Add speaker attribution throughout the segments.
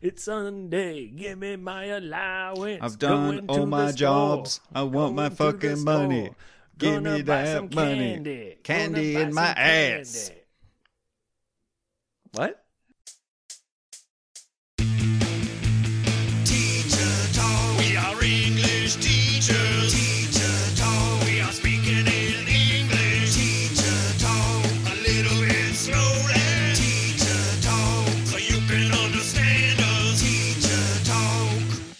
Speaker 1: It's Sunday. Give me my allowance.
Speaker 2: I've done
Speaker 1: Going to
Speaker 2: all
Speaker 1: the
Speaker 2: my
Speaker 1: store.
Speaker 2: jobs. I want my
Speaker 1: Going to the
Speaker 2: fucking money.
Speaker 1: store.
Speaker 2: Give
Speaker 1: Gonna
Speaker 2: me
Speaker 1: buy some
Speaker 2: that money.
Speaker 1: Candy,
Speaker 2: Candy
Speaker 1: Gonna
Speaker 2: in
Speaker 1: buy
Speaker 2: my
Speaker 1: some candy.
Speaker 2: ass. What?
Speaker 3: Teacher talk. We are English teachers. Teacher talk. We are speaking in English. Teacher talk. A little bit slowly. Teacher talk. So you can understand us. Teacher talk.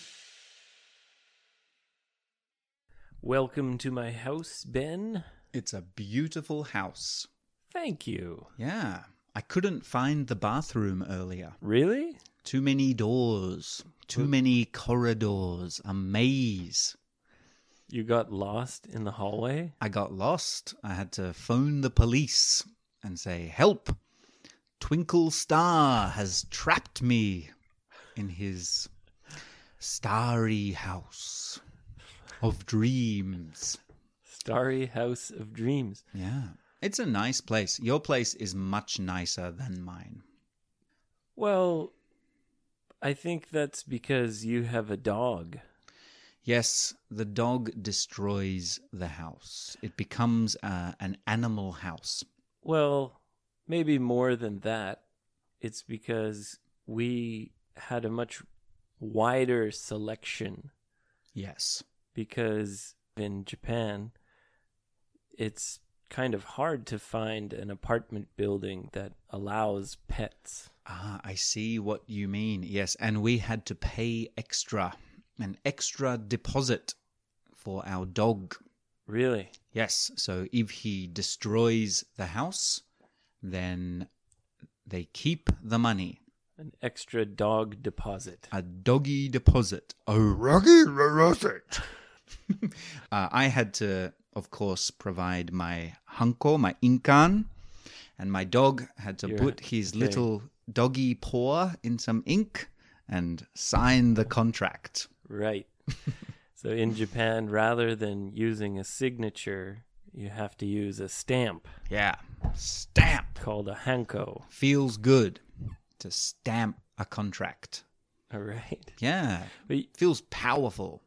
Speaker 1: Welcome to my house, Ben.
Speaker 2: It's a beautiful house.
Speaker 1: Thank you.
Speaker 2: Yeah. I couldn't find the bathroom earlier.
Speaker 1: Really?
Speaker 2: Too many doors. Too many corridors. A maze.
Speaker 1: You got lost in the hallway?
Speaker 2: I got lost. I had to phone the police and say, Help! Twinkle Star has trapped me in his starry house of dreams.
Speaker 1: Starry House of Dreams.
Speaker 2: Yeah. It's a nice place. Your place is much nicer than mine.
Speaker 1: Well, I think that's because you have a dog.
Speaker 2: Yes, the dog destroys the house. It becomes uh, an animal house.
Speaker 1: Well, maybe more than that. It's because we had a much wider selection
Speaker 2: Yes.
Speaker 1: because in Japan, it's kind of hard to find an apartment building that allows pets.
Speaker 2: Ah, I see what you mean. Yes, and we had to pay extra, an extra deposit for our dog.
Speaker 1: Really?
Speaker 2: Yes, so if he destroys the house, then they keep the money.
Speaker 1: An extra dog deposit.
Speaker 2: A doggy deposit. A doggy deposit. uh, I had to, of course, provide my hanko, my inkan, and my dog had to
Speaker 1: Your-
Speaker 2: put his
Speaker 1: okay.
Speaker 2: little doggy paw in some ink and sign the contract.
Speaker 1: Right. so in Japan, rather than using a signature, you have to use a stamp
Speaker 2: Yeah. Stamp.
Speaker 1: called a hanko.
Speaker 2: Feels good to stamp a contract.
Speaker 1: All right.
Speaker 2: Yeah.
Speaker 1: But y-
Speaker 2: Feels powerful.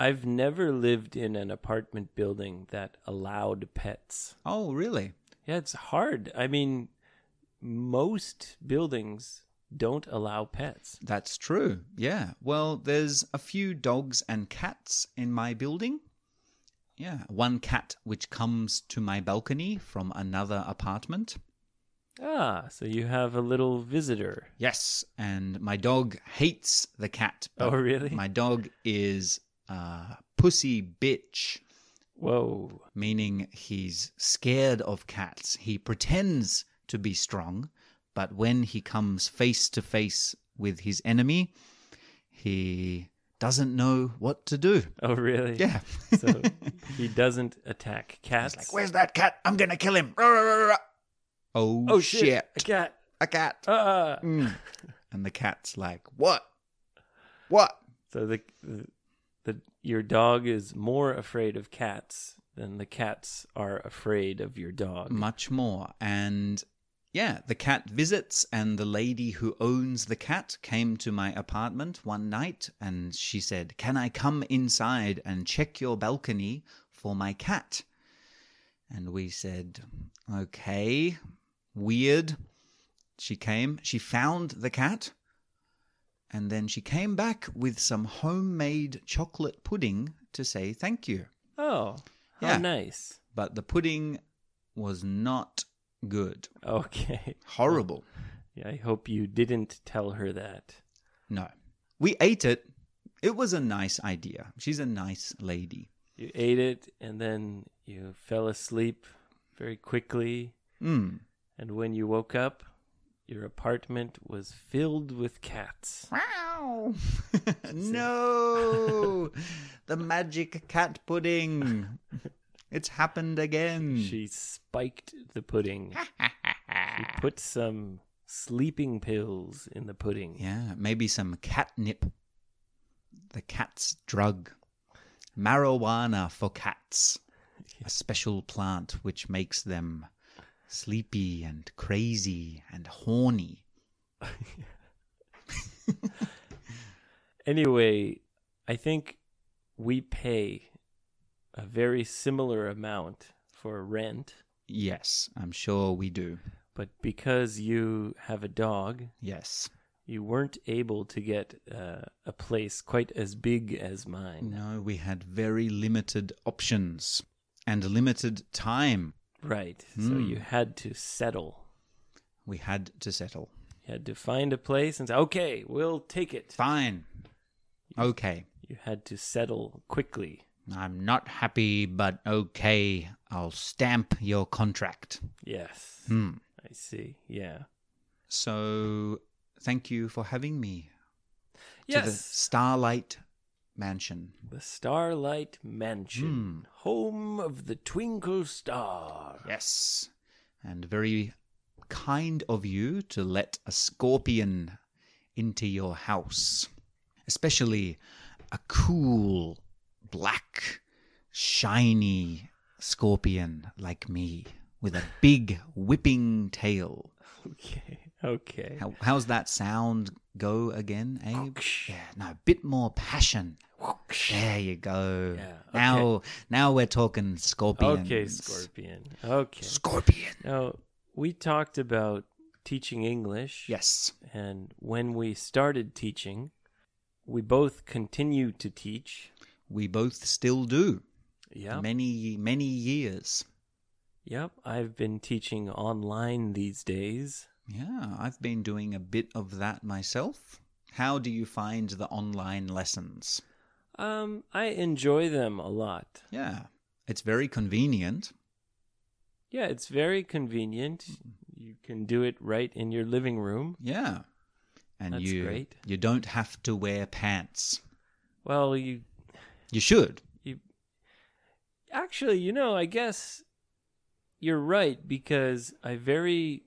Speaker 1: I've never lived in an apartment building that allowed pets.
Speaker 2: Oh, really?
Speaker 1: Yeah, it's hard. I mean, most buildings don't allow pets.
Speaker 2: That's true. Yeah. Well, there's a few dogs and cats in my building. Yeah. One cat which comes to my balcony from another apartment.
Speaker 1: Ah, so you have a little visitor.
Speaker 2: Yes. And my dog hates the cat.
Speaker 1: Oh, really?
Speaker 2: My dog is a pussy bitch,
Speaker 1: Whoa.
Speaker 2: meaning he's scared of cats. He pretends to be strong, but when he comes face to face with his enemy, he doesn't know what to do.
Speaker 1: Oh, really?
Speaker 2: Yeah.
Speaker 1: so he doesn't attack cats.
Speaker 2: Where's that cat? I'm gonna kill him. Rah, rah, rah, rah. Oh,
Speaker 1: oh
Speaker 2: shit.
Speaker 1: shit, A cat.
Speaker 2: A cat.
Speaker 1: Ah.
Speaker 2: Mm. And the cat's like, What? What?
Speaker 1: So the, the the your dog is more afraid of cats than the cats are afraid of your dog.
Speaker 2: Much more. And yeah, the cat visits, and the lady who owns the cat came to my apartment one night and she said, Can I come inside and check your balcony for my cat? And we said, Okay, weird. She came, she found the cat, and then she came back with some homemade chocolate pudding to say thank you
Speaker 1: oh, how
Speaker 2: Yeah.
Speaker 1: nice.
Speaker 2: but the pudding was not good.
Speaker 1: Okay.
Speaker 2: Horrible.
Speaker 1: Yeah, I hope you didn't tell her that.
Speaker 2: No. We ate it. It was a nice idea. She's a nice lady.
Speaker 1: You ate it and then you fell asleep very quickly.
Speaker 2: Mm.
Speaker 1: And when you woke up, your apartment was filled with cats.
Speaker 2: Wow. no. the magic cat pudding. It's happened again.
Speaker 1: She spiked the pudding. she put some sleeping pills in the pudding.
Speaker 2: Yeah, maybe some catnip. The cat's drug. Marijuana for cats. A special plant which makes them sleepy and crazy and horny.
Speaker 1: Anyway, I think we pay a very similar amount for rent,
Speaker 2: Yes, I'm sure we do.
Speaker 1: but because you have a dog,
Speaker 2: Yes.
Speaker 1: you weren't able to get uh, a place quite as big as mine.
Speaker 2: No, we had very limited options and limited time
Speaker 1: Right. So
Speaker 2: Hmm.
Speaker 1: you had to settle.
Speaker 2: we had to settle.
Speaker 1: You had to find a place and say, okay, we'll take it.
Speaker 2: Fine. Okay.
Speaker 1: You had to settle quickly.
Speaker 2: I'm not happy, but okay. I'll stamp your contract.
Speaker 1: Yes.
Speaker 2: Hmm.
Speaker 1: I see. Yeah.
Speaker 2: So, thank you for having me to the
Speaker 1: Yes.
Speaker 2: Starlight Mansion.
Speaker 1: The, Starlight Mansion,
Speaker 2: Hmm.
Speaker 1: home of the Twinkle Star.
Speaker 2: Yes. And very kind of you to let a scorpion into your house, especially a cool, black, shiny scorpion like me with a big whipping tail.
Speaker 1: Okay. Okay.
Speaker 2: How, how's that sound go again, Abe?
Speaker 1: Whoosh.
Speaker 2: Yeah, no, a bit more passion.
Speaker 1: Whoosh.
Speaker 2: There you go.
Speaker 1: Yeah, okay.
Speaker 2: Now, now we're talking scorpions.
Speaker 1: Okay, Scorpion. Okay.
Speaker 2: Scorpion.
Speaker 1: Now, we talked about teaching English.
Speaker 2: Yes.
Speaker 1: And when we started teaching, we both continue to teach.
Speaker 2: We both still do.
Speaker 1: Yep.
Speaker 2: Many, many years.
Speaker 1: Yep. I've been teaching online these days.
Speaker 2: Yeah, I've been doing a bit of that myself. How do you find the online lessons?
Speaker 1: Um, I enjoy them a lot.
Speaker 2: Yeah, it's very convenient.
Speaker 1: Yeah, it's very convenient. You can do it right in your living room.
Speaker 2: Yeah. And
Speaker 1: That's
Speaker 2: you
Speaker 1: great.
Speaker 2: you don't have to wear pants.
Speaker 1: Well, you
Speaker 2: You should.
Speaker 1: you actually, you know, I guess you're right because I very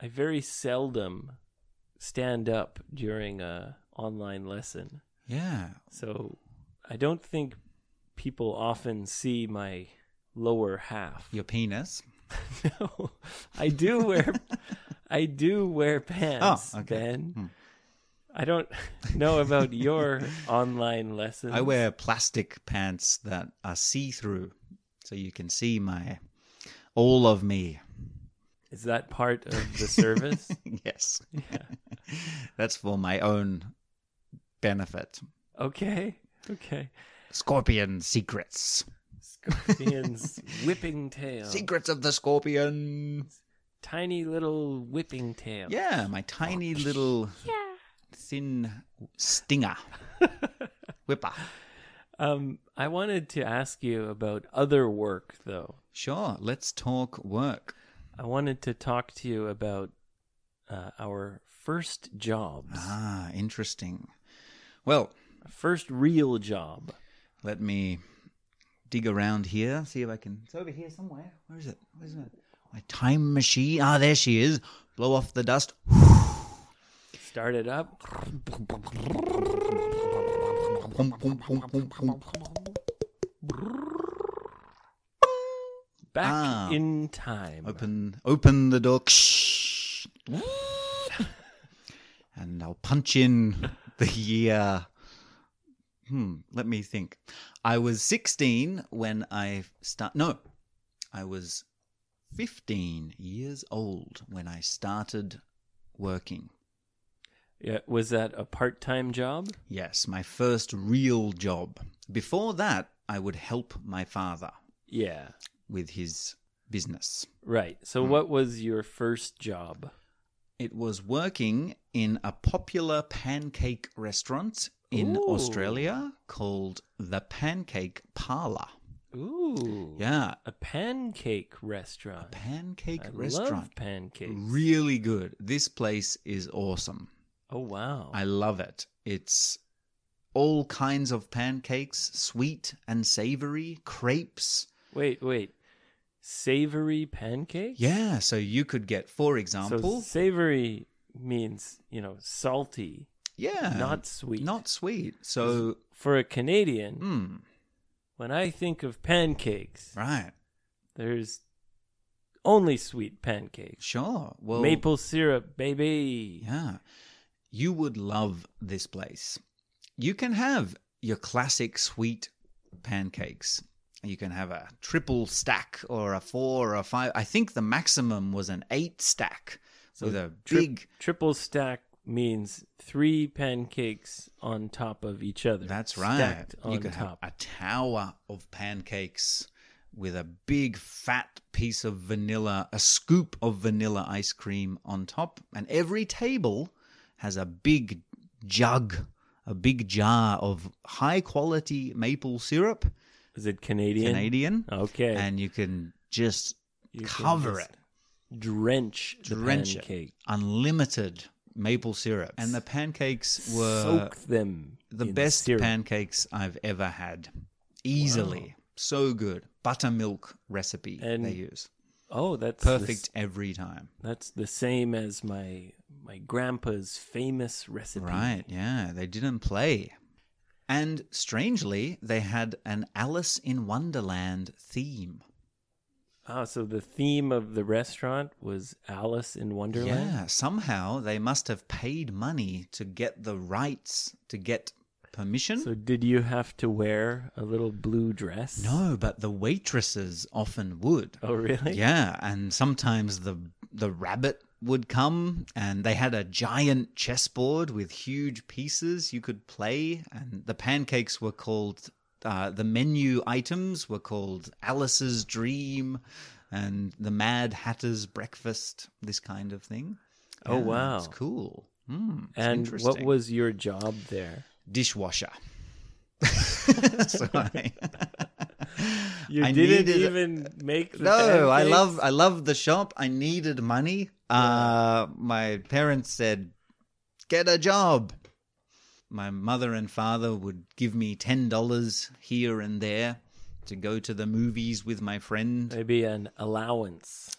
Speaker 1: I very seldom stand up during a online lesson.
Speaker 2: Yeah.
Speaker 1: So I don't think people often see my lower half.
Speaker 2: Your penis.
Speaker 1: no. I do wear I do wear pants,
Speaker 2: Oh, okay.
Speaker 1: Ben.
Speaker 2: Hmm.
Speaker 1: I don't know about your online lessons.
Speaker 2: I wear plastic pants that are see through, so you can see my all of me.
Speaker 1: Is that part of the service?
Speaker 2: yes.
Speaker 1: yeah.
Speaker 2: That's for my own benefit.
Speaker 1: Okay. Okay.
Speaker 2: Scorpion secrets.
Speaker 1: Scorpion's whipping tail.
Speaker 2: Secrets of the scorpion.
Speaker 1: Tiny little whipping tail.
Speaker 2: Yeah, my tiny little thin stinger. Whipper.
Speaker 1: Um, I wanted to ask you about other work, though.
Speaker 2: Sure, let's talk work.
Speaker 1: I wanted to talk to you about uh, our first jobs,
Speaker 2: Ah, interesting. Well,
Speaker 1: first real job.
Speaker 2: Let me dig around here, see if I can. It's over here somewhere. Where is it? Where is it? My time machine. Ah, there she is. Blow off the dust.
Speaker 1: Start it up. Back
Speaker 2: Ah.
Speaker 1: in time.
Speaker 2: Open, open the door. And I'll punch in the year. Hmm, let me think. I was 16 when I start. No, I was 15 years old when I started working.
Speaker 1: Yeah, was that a part-time job?
Speaker 2: Yes, my first real job. Before that, I would help my father
Speaker 1: Yeah.
Speaker 2: with his business.
Speaker 1: Right.
Speaker 2: Mm.
Speaker 1: So, what was your first job?
Speaker 2: It was working in a popular pancake restaurant in
Speaker 1: Ooh.
Speaker 2: Australia called the Pancake Parlor.
Speaker 1: Ooh.
Speaker 2: Yeah,
Speaker 1: A pancake restaurant.
Speaker 2: pancake
Speaker 1: I
Speaker 2: restaurant.
Speaker 1: love pancakes.
Speaker 2: Really good. This place is awesome.
Speaker 1: Oh wow.
Speaker 2: I love it. It's all kinds of pancakes, sweet and savory, crepes.
Speaker 1: Wait, wait. Savory pancakes?
Speaker 2: Yeah, so you could get, for example,
Speaker 1: So savory means, you know, salty,
Speaker 2: yeah,
Speaker 1: not sweet.
Speaker 2: not sweet. So,
Speaker 1: for a Canadian,
Speaker 2: mm,
Speaker 1: when I think of pancakes,
Speaker 2: right,
Speaker 1: there's only sweet pancakes.
Speaker 2: sure. Well,
Speaker 1: Maple syrup, baby.
Speaker 2: Yeah. You would love this place. you can have your classic sweet pancakes. You can have a triple stack or a four or a five. I think the maximum was an eight stack with a
Speaker 1: Tri-
Speaker 2: big.
Speaker 1: triple stack means three pancakes on top of each other.
Speaker 2: That's right.
Speaker 1: Stacked
Speaker 2: you
Speaker 1: on
Speaker 2: could
Speaker 1: top.
Speaker 2: have a tower of pancakes with a big fat piece of vanilla, a scoop of vanilla ice cream on top, and every table has a big jug, a big jar of high quality maple syrup,
Speaker 1: Is it Canadian?
Speaker 2: Canadian,
Speaker 1: Okay.
Speaker 2: and you can just
Speaker 1: You can
Speaker 2: cover
Speaker 1: just
Speaker 2: it,
Speaker 1: Drench the
Speaker 2: drench it,
Speaker 1: pancake.
Speaker 2: unlimited maple syrup, and the pancakes were
Speaker 1: Soak them.
Speaker 2: the
Speaker 1: in
Speaker 2: best
Speaker 1: syrup.
Speaker 2: pancakes I've ever had. Easily. So good. Buttermilk recipe
Speaker 1: And
Speaker 2: they use.
Speaker 1: Oh, that's the s-
Speaker 2: Perfect every time.
Speaker 1: that's the same as my my grandpa's famous recipe.
Speaker 2: Right. Yeah. They didn't play. And strangely, they had an Alice in Wonderland theme.
Speaker 1: Oh, so the theme of the restaurant was Alice in Wonderland.
Speaker 2: Yeah. Somehow they must have paid money to get the rights, to get permission.
Speaker 1: So did you have to wear a little blue dress?
Speaker 2: no, but the waitresses often would.
Speaker 1: Oh, really?
Speaker 2: Yeah, and sometimes the the rabbit would come, and they had a giant chessboard with huge pieces you could play, and the pancakes were called. Uh, the menu items were called Alice's Dream and the Mad Hatter's Breakfast, this kind of thing.
Speaker 1: Oh, wow.
Speaker 2: It's cool. Mm, it's
Speaker 1: And what
Speaker 2: interesting.
Speaker 1: was your job there?
Speaker 2: dishwasher? so I,
Speaker 1: You
Speaker 2: I
Speaker 1: didn't
Speaker 2: needed-
Speaker 1: even make the
Speaker 2: no i
Speaker 1: pancakes?
Speaker 2: love i love the shop i needed money uh my parents said get a job my mother and father would give me ten dollars here and there to go to the movies with my friend
Speaker 1: maybe an allowance.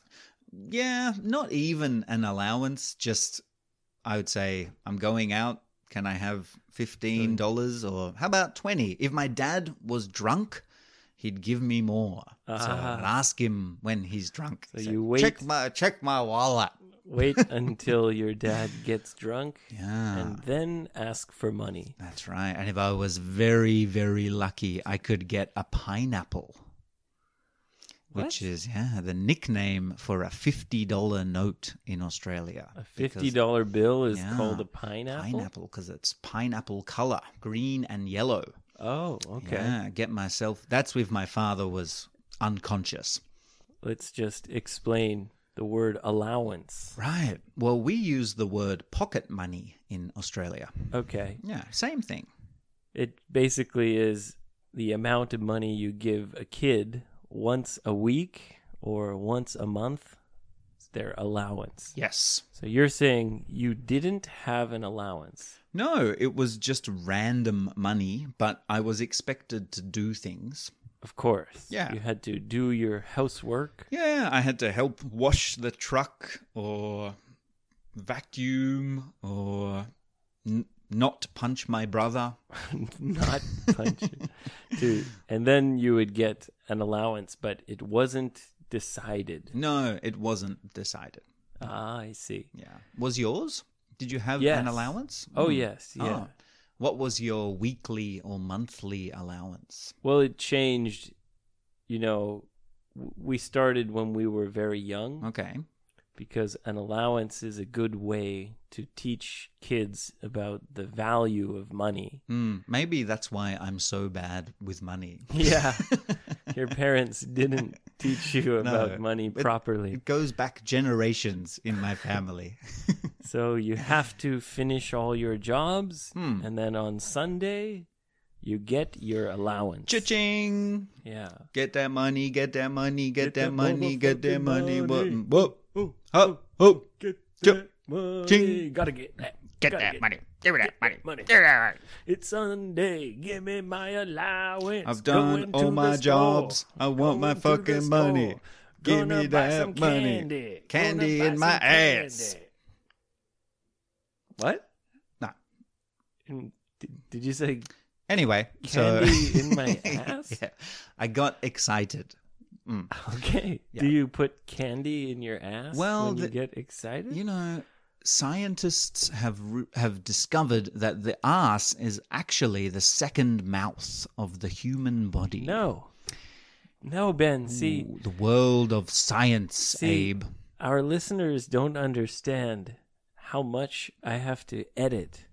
Speaker 2: yeah not even an allowance just i would say i'm going out can i have fifteen dollars or how about twenty if my dad was drunk he'd give me more so
Speaker 1: Ah.
Speaker 2: i'd ask him when he's drunk
Speaker 1: So
Speaker 2: Say,
Speaker 1: you wait-
Speaker 2: check my check my wallet
Speaker 1: Wait until your dad gets drunk
Speaker 2: yeah
Speaker 1: and then ask for money.
Speaker 2: that's right and if i was very very lucky i could get a pineapple
Speaker 1: What?
Speaker 2: which is yeah the nickname for a $50 note in australia
Speaker 1: A
Speaker 2: because
Speaker 1: fifty dollar bill is
Speaker 2: Yeah.
Speaker 1: called a pineapple.
Speaker 2: pineapple because it's pineapple color, green and yellow.
Speaker 1: Oh, okay.
Speaker 2: Yeah, get myself. That's with my father was unconscious.
Speaker 1: Let's just explain the word allowance.
Speaker 2: Right. Well, we use the word pocket money in Australia.
Speaker 1: Okay.
Speaker 2: Yeah, same thing.
Speaker 1: It basically is the amount of money you give a kid once a week or once a month. It's their allowance.
Speaker 2: Yes.
Speaker 1: So you're saying you didn't have an allowance.
Speaker 2: No, it was just random money, but I was expected to do things.
Speaker 1: Of course.
Speaker 2: Yeah.
Speaker 1: You had to do your housework.
Speaker 2: Yeah, I had to help wash the truck or vacuum or n- not punch my brother.
Speaker 1: not punch it. to and then you would get an allowance but it wasn't decided
Speaker 2: No, it wasn't decided.
Speaker 1: ah i see
Speaker 2: Yeah. Was yours? Did you have
Speaker 1: Yes.
Speaker 2: an allowance?
Speaker 1: oh
Speaker 2: Mm.
Speaker 1: yes yeah
Speaker 2: Oh. What was your weekly or monthly allowance?
Speaker 1: well it changed you know w- we started when we were very young
Speaker 2: Okay.
Speaker 1: because an allowance is a good way to teach kids about the value of money
Speaker 2: Hmm. maybe that's why I'm so bad with money.
Speaker 1: yeah your parents didn't teach you about
Speaker 2: No.
Speaker 1: money
Speaker 2: It-
Speaker 1: properly
Speaker 2: It goes back generations in my family.
Speaker 1: So you have to finish all your jobs,
Speaker 2: Hmm.
Speaker 1: and then on Sunday, you get your allowance.
Speaker 2: Cha-ching!
Speaker 1: Yeah.
Speaker 2: Get that money, get that money, get, that,
Speaker 1: that
Speaker 2: money, get that
Speaker 1: motherfucking
Speaker 2: money. What?
Speaker 1: money.
Speaker 2: Whoop.
Speaker 1: Oh,
Speaker 2: Ho, ho.
Speaker 1: get
Speaker 2: Chip.
Speaker 1: money.
Speaker 2: Ching.
Speaker 1: Gotta get that.
Speaker 3: Get
Speaker 1: Gotta
Speaker 3: that money. Give me that money.
Speaker 1: money.
Speaker 3: Give me that money.
Speaker 1: It's Sunday. Give me my allowance.
Speaker 2: I've done
Speaker 1: Going to
Speaker 2: all
Speaker 1: the
Speaker 2: my jobs.
Speaker 1: store.
Speaker 2: I want my
Speaker 1: Going to the
Speaker 2: fucking money.
Speaker 1: store.
Speaker 2: Give
Speaker 1: Gonna
Speaker 2: me
Speaker 1: buy
Speaker 2: that
Speaker 1: some
Speaker 2: money.
Speaker 1: Candy,
Speaker 2: Candy
Speaker 1: Gonna
Speaker 2: in
Speaker 1: buy
Speaker 2: my
Speaker 1: some
Speaker 2: ass.
Speaker 1: candy.
Speaker 2: What? No.
Speaker 1: And d- Did you say
Speaker 2: Anyway, so
Speaker 1: Candy in my ass?
Speaker 2: yeah, I got excited.
Speaker 1: Okay.
Speaker 2: Yeah.
Speaker 1: Do you put candy in your ass
Speaker 2: Well,
Speaker 1: when you
Speaker 2: the-
Speaker 1: get excited?
Speaker 2: You know, scientists have re- have discovered that the ass is actually the second mouth of the human body.
Speaker 1: No. No, Ben. See,
Speaker 2: Ooh, the world of science,
Speaker 1: See-
Speaker 2: Abe.
Speaker 1: our listeners don't understand how much I have to edit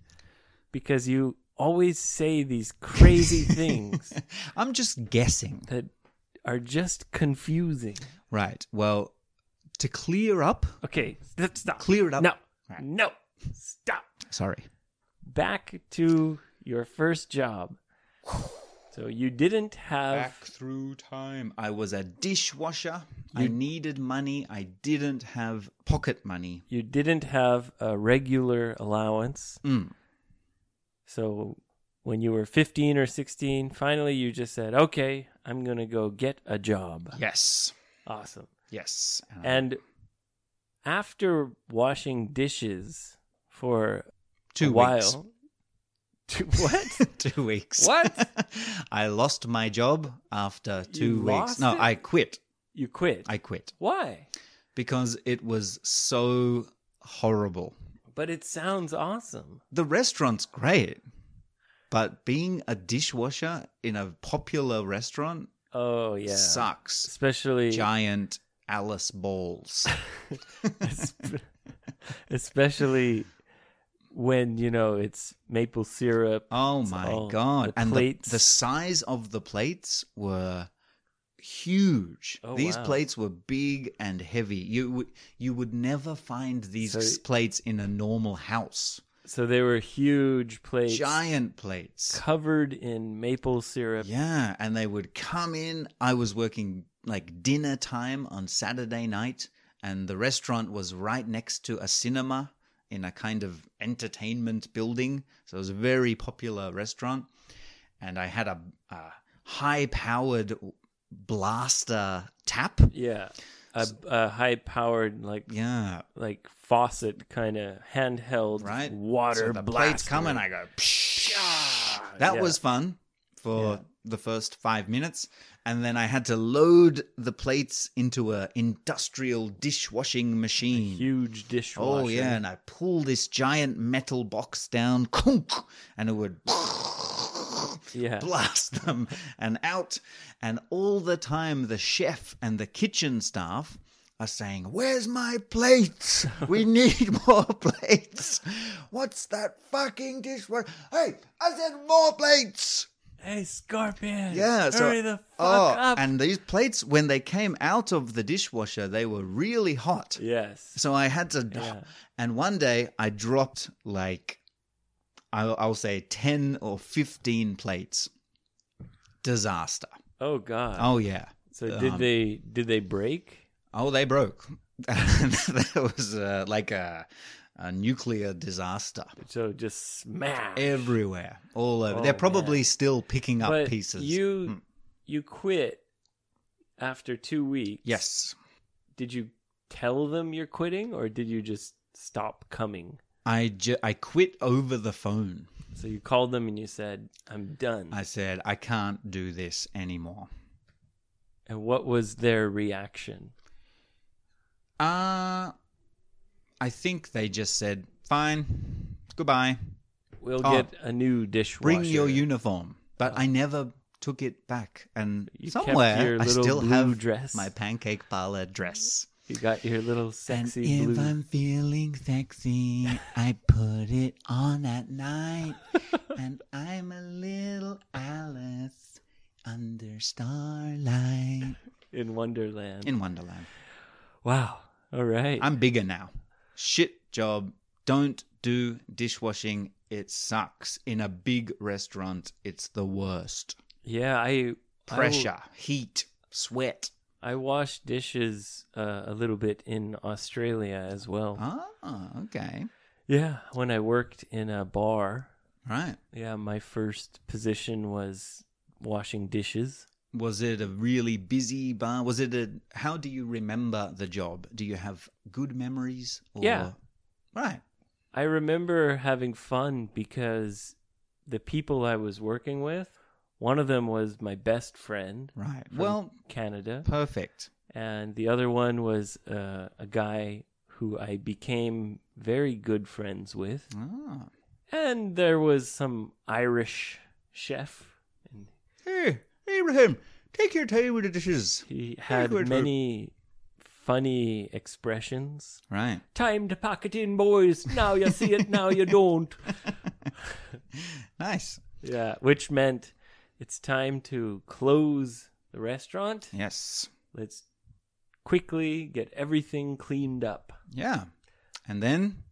Speaker 1: because you always say these crazy things
Speaker 2: I'm just guessing.
Speaker 1: that are just confusing.
Speaker 2: Right. Well, to clear up,
Speaker 1: Okay, st- stop.
Speaker 2: clear it up.
Speaker 1: No,
Speaker 2: Right.
Speaker 1: no, stop.
Speaker 2: Sorry.
Speaker 1: Back to your first job. So you didn't have.
Speaker 2: through time. I was a dishwasher. I needed money. I didn't have pocket money.
Speaker 1: you didn't have a regular allowance.
Speaker 2: Mm.
Speaker 1: So when you were 15 or 16, finally you just said, okay, I'm going to go get a job.
Speaker 2: Yes.
Speaker 1: Awesome.
Speaker 2: Yes. And,
Speaker 1: And after washing dishes for a
Speaker 2: two weeks.
Speaker 1: while, two, what?
Speaker 2: two weeks.
Speaker 1: What?
Speaker 2: I lost my job after two
Speaker 1: You
Speaker 2: weeks.
Speaker 1: lost
Speaker 2: No,
Speaker 1: it?
Speaker 2: I quit.
Speaker 1: you quit.
Speaker 2: I quit
Speaker 1: Why?
Speaker 2: because it was so horrible.
Speaker 1: But it sounds awesome.
Speaker 2: The restaurant's great, but being a dishwasher in a popular restaurant
Speaker 1: Oh, yeah.
Speaker 2: sucks.
Speaker 1: Especially,
Speaker 2: Giant Alice balls.
Speaker 1: especially when, you know, it's maple syrup.
Speaker 2: Oh my
Speaker 1: all-
Speaker 2: god!
Speaker 1: the
Speaker 2: and
Speaker 1: plates.
Speaker 2: The, the size of the plates were huge.
Speaker 1: Oh,
Speaker 2: these
Speaker 1: wow.
Speaker 2: plates were big and heavy. You w- you would never find these
Speaker 1: So-
Speaker 2: s- plates in a normal house.
Speaker 1: So they were huge plates
Speaker 2: Giant plates.
Speaker 1: covered in maple syrup.
Speaker 2: Yeah, and they would come in. I was working like dinner time on Saturday night, and the restaurant was right next to a cinema in a kind of entertainment building. So it was a very popular restaurant. And I had a, a high powered blaster tap.
Speaker 1: Yeah. A, a high powered like
Speaker 2: Yeah,
Speaker 1: like faucet kind of handheld
Speaker 2: right?
Speaker 1: water
Speaker 2: so the plates
Speaker 1: blaster.
Speaker 2: come and I go. psh. That
Speaker 1: Yeah.
Speaker 2: was fun for
Speaker 1: Yeah.
Speaker 2: the first five minutes, and then I had to load the plates into a industrial dishwashing machine.
Speaker 1: huge dishwasher.
Speaker 2: oh yeah, and I pull this giant metal box down, kunk, and it would
Speaker 1: Yeah.
Speaker 2: blast them and out. And all the time, the chef and the kitchen staff are saying, Where's my plates? We need more plates. What's that fucking dishwasher? Hey, I said more plates.
Speaker 1: Hey Scorpion.
Speaker 2: Yeah, so-
Speaker 1: hurry the fuck
Speaker 2: oh,
Speaker 1: up.
Speaker 2: and these plates, when they came out of the dishwasher, they were really hot.
Speaker 1: yes.
Speaker 2: So I had to,
Speaker 1: Yeah.
Speaker 2: and one day I dropped like, I'll, I'll say 10 or 15 plates. Disaster.
Speaker 1: Oh god.
Speaker 2: Oh, yeah.
Speaker 1: so did
Speaker 2: um,
Speaker 1: they did they break?
Speaker 2: Oh, they broke. that was uh, like a, a nuclear disaster.
Speaker 1: So just smash.
Speaker 2: Everywhere, all over.
Speaker 1: Oh,
Speaker 2: They're probably
Speaker 1: man.
Speaker 2: still picking up
Speaker 1: but
Speaker 2: pieces.
Speaker 1: You
Speaker 2: Mm.
Speaker 1: you quit after 2 weeks.
Speaker 2: Yes.
Speaker 1: did you tell them you're quitting or did you just stop coming
Speaker 2: I, ju- I quit over the phone.
Speaker 1: so you called them and you said i'm done
Speaker 2: I said, I can't do this anymore.
Speaker 1: and what was their reaction
Speaker 2: Uh, I think they just said, fine, goodbye,
Speaker 1: we'll
Speaker 2: Oh.
Speaker 1: get a new dishwasher
Speaker 2: bring your uniform. But I never took it back. And
Speaker 1: You kept
Speaker 2: somewhere,
Speaker 1: your
Speaker 2: I
Speaker 1: little
Speaker 2: still
Speaker 1: blue
Speaker 2: have
Speaker 1: dress.
Speaker 2: my pancake parlor dress.
Speaker 1: you got your little sexy
Speaker 2: and if
Speaker 1: blue
Speaker 2: I'm feeling sexy, I put it on at night. and I'm a little Alice under starlight
Speaker 1: in wonderland
Speaker 2: in Wonderland.
Speaker 1: wow all right
Speaker 2: I'm bigger now. Shit job. Don't do dishwashing. It sucks. In a big restaurant, it's the worst.
Speaker 1: yeah i I-
Speaker 2: Pressure, heat, sweat.
Speaker 1: i, washed dishes uh, a little bit in australia as well
Speaker 2: Ah, okay.
Speaker 1: yeah when i worked in a bar
Speaker 2: Right.
Speaker 1: yeah my first position was washing dishes
Speaker 2: Was it a really busy bar? Was it a. How do you remember the job? Do you have good memories? Or,
Speaker 1: Yeah.
Speaker 2: Right.
Speaker 1: I remember having fun because the people I was working with, one of them was my best friend,
Speaker 2: Right.
Speaker 1: From-
Speaker 2: well,
Speaker 1: Canada,
Speaker 2: perfect.
Speaker 1: and the other one was uh, a guy who I became very good friends with.
Speaker 2: Ah.
Speaker 1: And there was some Irish chef, and
Speaker 2: Hey, Abraham, take your time with the dishes.
Speaker 1: he had
Speaker 2: good, Herb.
Speaker 1: many funny expressions.
Speaker 2: Right.
Speaker 1: Time to pack it in, boys. Now you see it, now you don't.
Speaker 2: Nice.
Speaker 1: Yeah, which meant it's time to close the restaurant.
Speaker 2: Yes.
Speaker 1: Let's quickly get everything cleaned up.
Speaker 2: Yeah. And then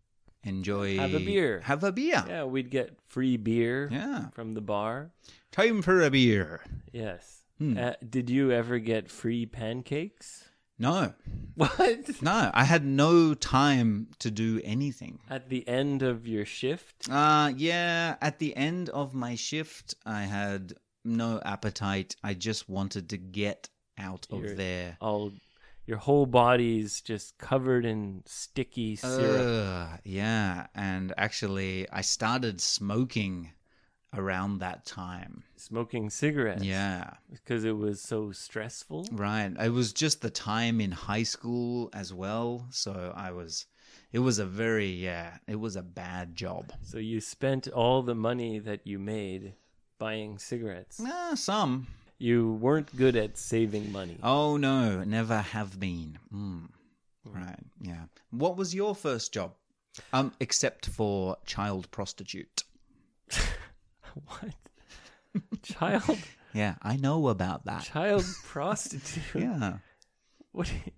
Speaker 2: enjoy.
Speaker 1: Have a beer.
Speaker 2: Have a beer.
Speaker 1: Yeah, we'd get free beer
Speaker 2: Yeah.
Speaker 1: from the bar.
Speaker 2: Time for a beer.
Speaker 1: Yes.
Speaker 2: Hmm.
Speaker 1: Uh, did you ever get free pancakes?
Speaker 2: No,
Speaker 1: What?
Speaker 2: no, I had no time to do anything.
Speaker 1: At the end of your shift?
Speaker 2: Uh, yeah, at the end of my shift, I had no appetite. I just wanted to get out of
Speaker 1: You're-
Speaker 2: there.
Speaker 1: All your whole body's just covered in sticky syrup.
Speaker 2: Ugh, yeah, and actually, I started smoking around that time.
Speaker 1: Smoking cigarettes.
Speaker 2: Yeah.
Speaker 1: Because it was so stressful.
Speaker 2: Right. It was just the time in high school as well. So I was, it was a very, yeah, it was a bad job.
Speaker 1: So you spent all the money that you made buying cigarettes.
Speaker 2: Ah, some.
Speaker 1: You weren't good at saving money.
Speaker 2: Oh no, never have been. Mm. Right. Yeah. What was your first job? Um, except for child prostitute.
Speaker 1: What? Child
Speaker 2: Yeah, I know about that.
Speaker 1: child prostitute?
Speaker 2: Yeah.
Speaker 1: What do you,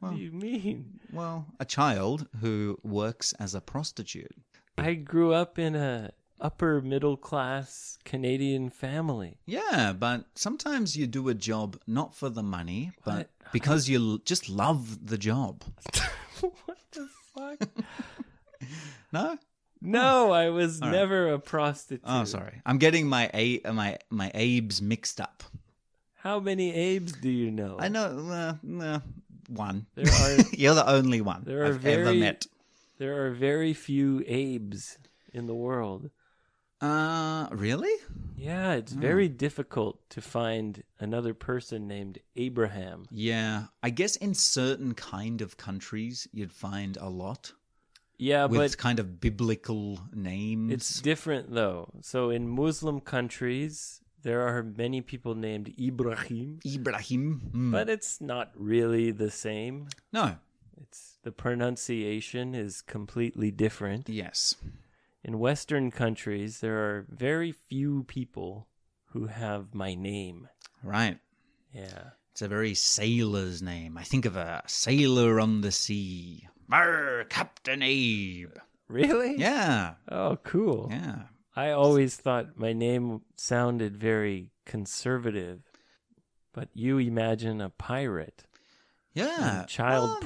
Speaker 1: what
Speaker 2: Well.
Speaker 1: do you mean?
Speaker 2: Well, a child who works as a prostitute.
Speaker 1: I grew up in a upper middle class Canadian family.
Speaker 2: Yeah, but sometimes you do a job not for the money, but
Speaker 1: What?
Speaker 2: because you l- just love the job.
Speaker 1: what the fuck?
Speaker 2: No?
Speaker 1: No, I was
Speaker 2: All right.
Speaker 1: never a prostitute.
Speaker 2: Oh, sorry. I'm getting my a my my Abe's mixed up.
Speaker 1: How many Abe's do you know?
Speaker 2: I know uh, uh, one.
Speaker 1: Oh. There are
Speaker 2: You're the only one
Speaker 1: There are
Speaker 2: I've ever
Speaker 1: very-
Speaker 2: met.
Speaker 1: there are very few Abe's in the world.
Speaker 2: Uh, really?
Speaker 1: Yeah, it's
Speaker 2: Hmm.
Speaker 1: very difficult to find another person named Abraham.
Speaker 2: Yeah. I guess in certain kind of countries you'd find a lot
Speaker 1: Yeah,
Speaker 2: with
Speaker 1: but
Speaker 2: kind of biblical names.
Speaker 1: it's different though. So in Muslim countries, there are many people named Ibrahim,
Speaker 2: Ibrahim. Hmm.
Speaker 1: but it's not really the same.
Speaker 2: no.
Speaker 1: It's the pronunciation is completely different.
Speaker 2: Yes.
Speaker 1: In western countries, there are very few people who have my name.
Speaker 2: Right.
Speaker 1: Yeah.
Speaker 2: It's a very sailor's name. I think of a sailor on the sea. Marr, Captain Abe.
Speaker 1: Really?
Speaker 2: Yeah.
Speaker 1: Oh, cool.
Speaker 2: Yeah.
Speaker 1: I always thought my name sounded very conservative, but you imagine a pirate.
Speaker 2: Yeah. Oh,
Speaker 1: And child
Speaker 2: Just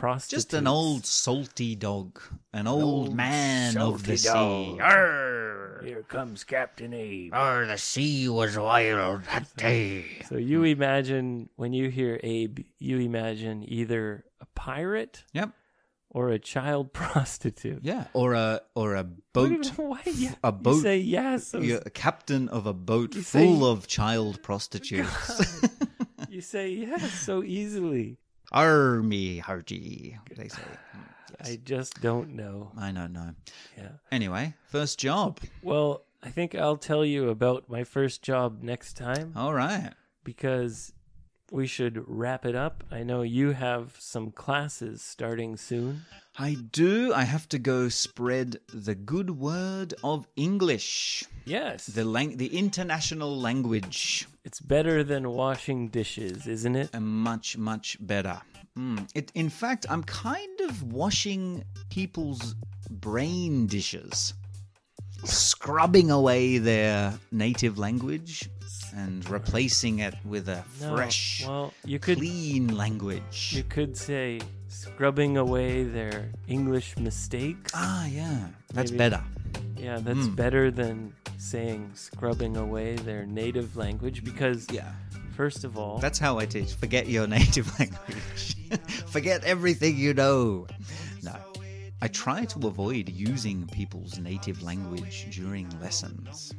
Speaker 1: prostitutes.
Speaker 2: an old salty dog. An old,
Speaker 1: old
Speaker 2: man of the sea.
Speaker 4: salty dog.
Speaker 2: Arr,
Speaker 4: Here comes Captain Abe.
Speaker 2: arr, the sea was wild that day.
Speaker 1: So you imagine when you hear Abe, you imagine either a pirate
Speaker 2: Yep.
Speaker 1: or a child prostitute.
Speaker 2: Yeah. Or a or a
Speaker 1: What do you-
Speaker 2: boat.
Speaker 1: Why? Yeah,
Speaker 2: A boat.
Speaker 1: You say yes. so-
Speaker 2: You're a captain of a boat
Speaker 1: You say-
Speaker 2: full of child prostitutes.
Speaker 1: You say yes so easily.
Speaker 2: Army hearty, they say. Mm, yes.
Speaker 1: I just don't know.
Speaker 2: I don't know.
Speaker 1: Yeah.
Speaker 2: Anyway, first job.
Speaker 1: Well, I think I'll tell you about my first job next time.
Speaker 2: All right.
Speaker 1: because we should wrap it up. I know you have some classes starting soon.
Speaker 2: I do. I have to go spread the good word of English,
Speaker 1: Yes.
Speaker 2: the lang- the international language.
Speaker 1: it's better than washing dishes, isn't it?
Speaker 2: uh, Much much better. Mm. It, in fact, I'm kind of washing people's brain dishes, scrubbing away their native language and replacing it with a
Speaker 1: No.
Speaker 2: fresh,
Speaker 1: Well, you could
Speaker 2: clean language.
Speaker 1: you could say scrubbing away their English mistakes.
Speaker 2: Ah, Hmm. yeah, that's
Speaker 1: Maybe.
Speaker 2: better.
Speaker 1: Yeah, that's better than saying scrubbing away their native language because
Speaker 2: Yeah.
Speaker 1: first of all,
Speaker 2: That's how I teach. Forget your native language. Forget everything you know. No. I try to avoid using people's native language during lessons.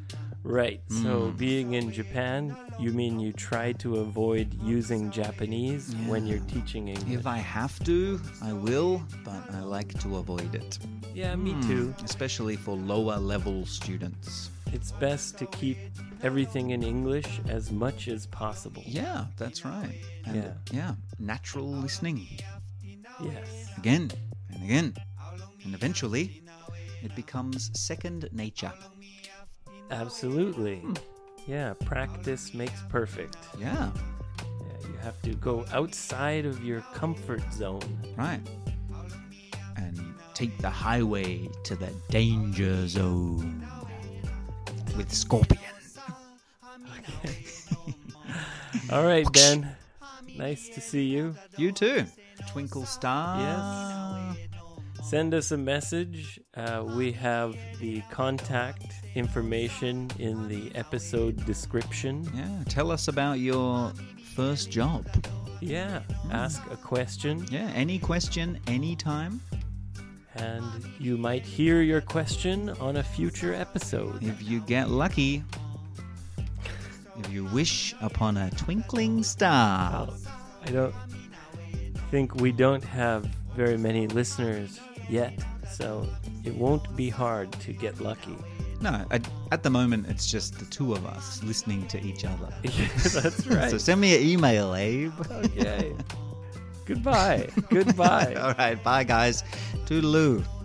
Speaker 1: Right. So being in Japan, you mean you try to avoid using Japanese when you're teaching English?
Speaker 2: If I have to, I will, but I like to avoid it, Mm.
Speaker 1: Yeah, me too.
Speaker 2: especially for lower level students.
Speaker 1: It's best to keep everything in English as much as possible.
Speaker 2: Yeah, that's right. And yeah.
Speaker 1: Yeah.
Speaker 2: natural listening
Speaker 1: Yes.
Speaker 2: again and again. And eventually, it becomes second nature.
Speaker 1: Absolutely. Yeah, practice makes perfect.
Speaker 2: Yeah,
Speaker 1: Yeah, you have to go outside of your comfort zone.
Speaker 2: right. And take the highway to the danger zone with Scorpion.
Speaker 1: All right, Ben. Nice to see you.
Speaker 2: You too. Twinkle Star.
Speaker 1: Yes. Send us a message. Uh, we have the contact information in the episode description.
Speaker 2: Yeah, tell us about your first job.
Speaker 1: Yeah, ask a question,
Speaker 2: Yeah, any question, anytime.
Speaker 1: and you might hear your question on a future episode.
Speaker 2: If you get lucky, if you wish upon a twinkling star.
Speaker 1: I don't think we don't have very many listeners yet, so it won't be hard to get lucky.
Speaker 2: No, at, at the moment it's just the two of us listening to each other.
Speaker 1: Yeah, that's right.
Speaker 2: So send me an email, Abe.
Speaker 1: okay. Goodbye. Goodbye.
Speaker 2: All right, bye guys. Toodaloo.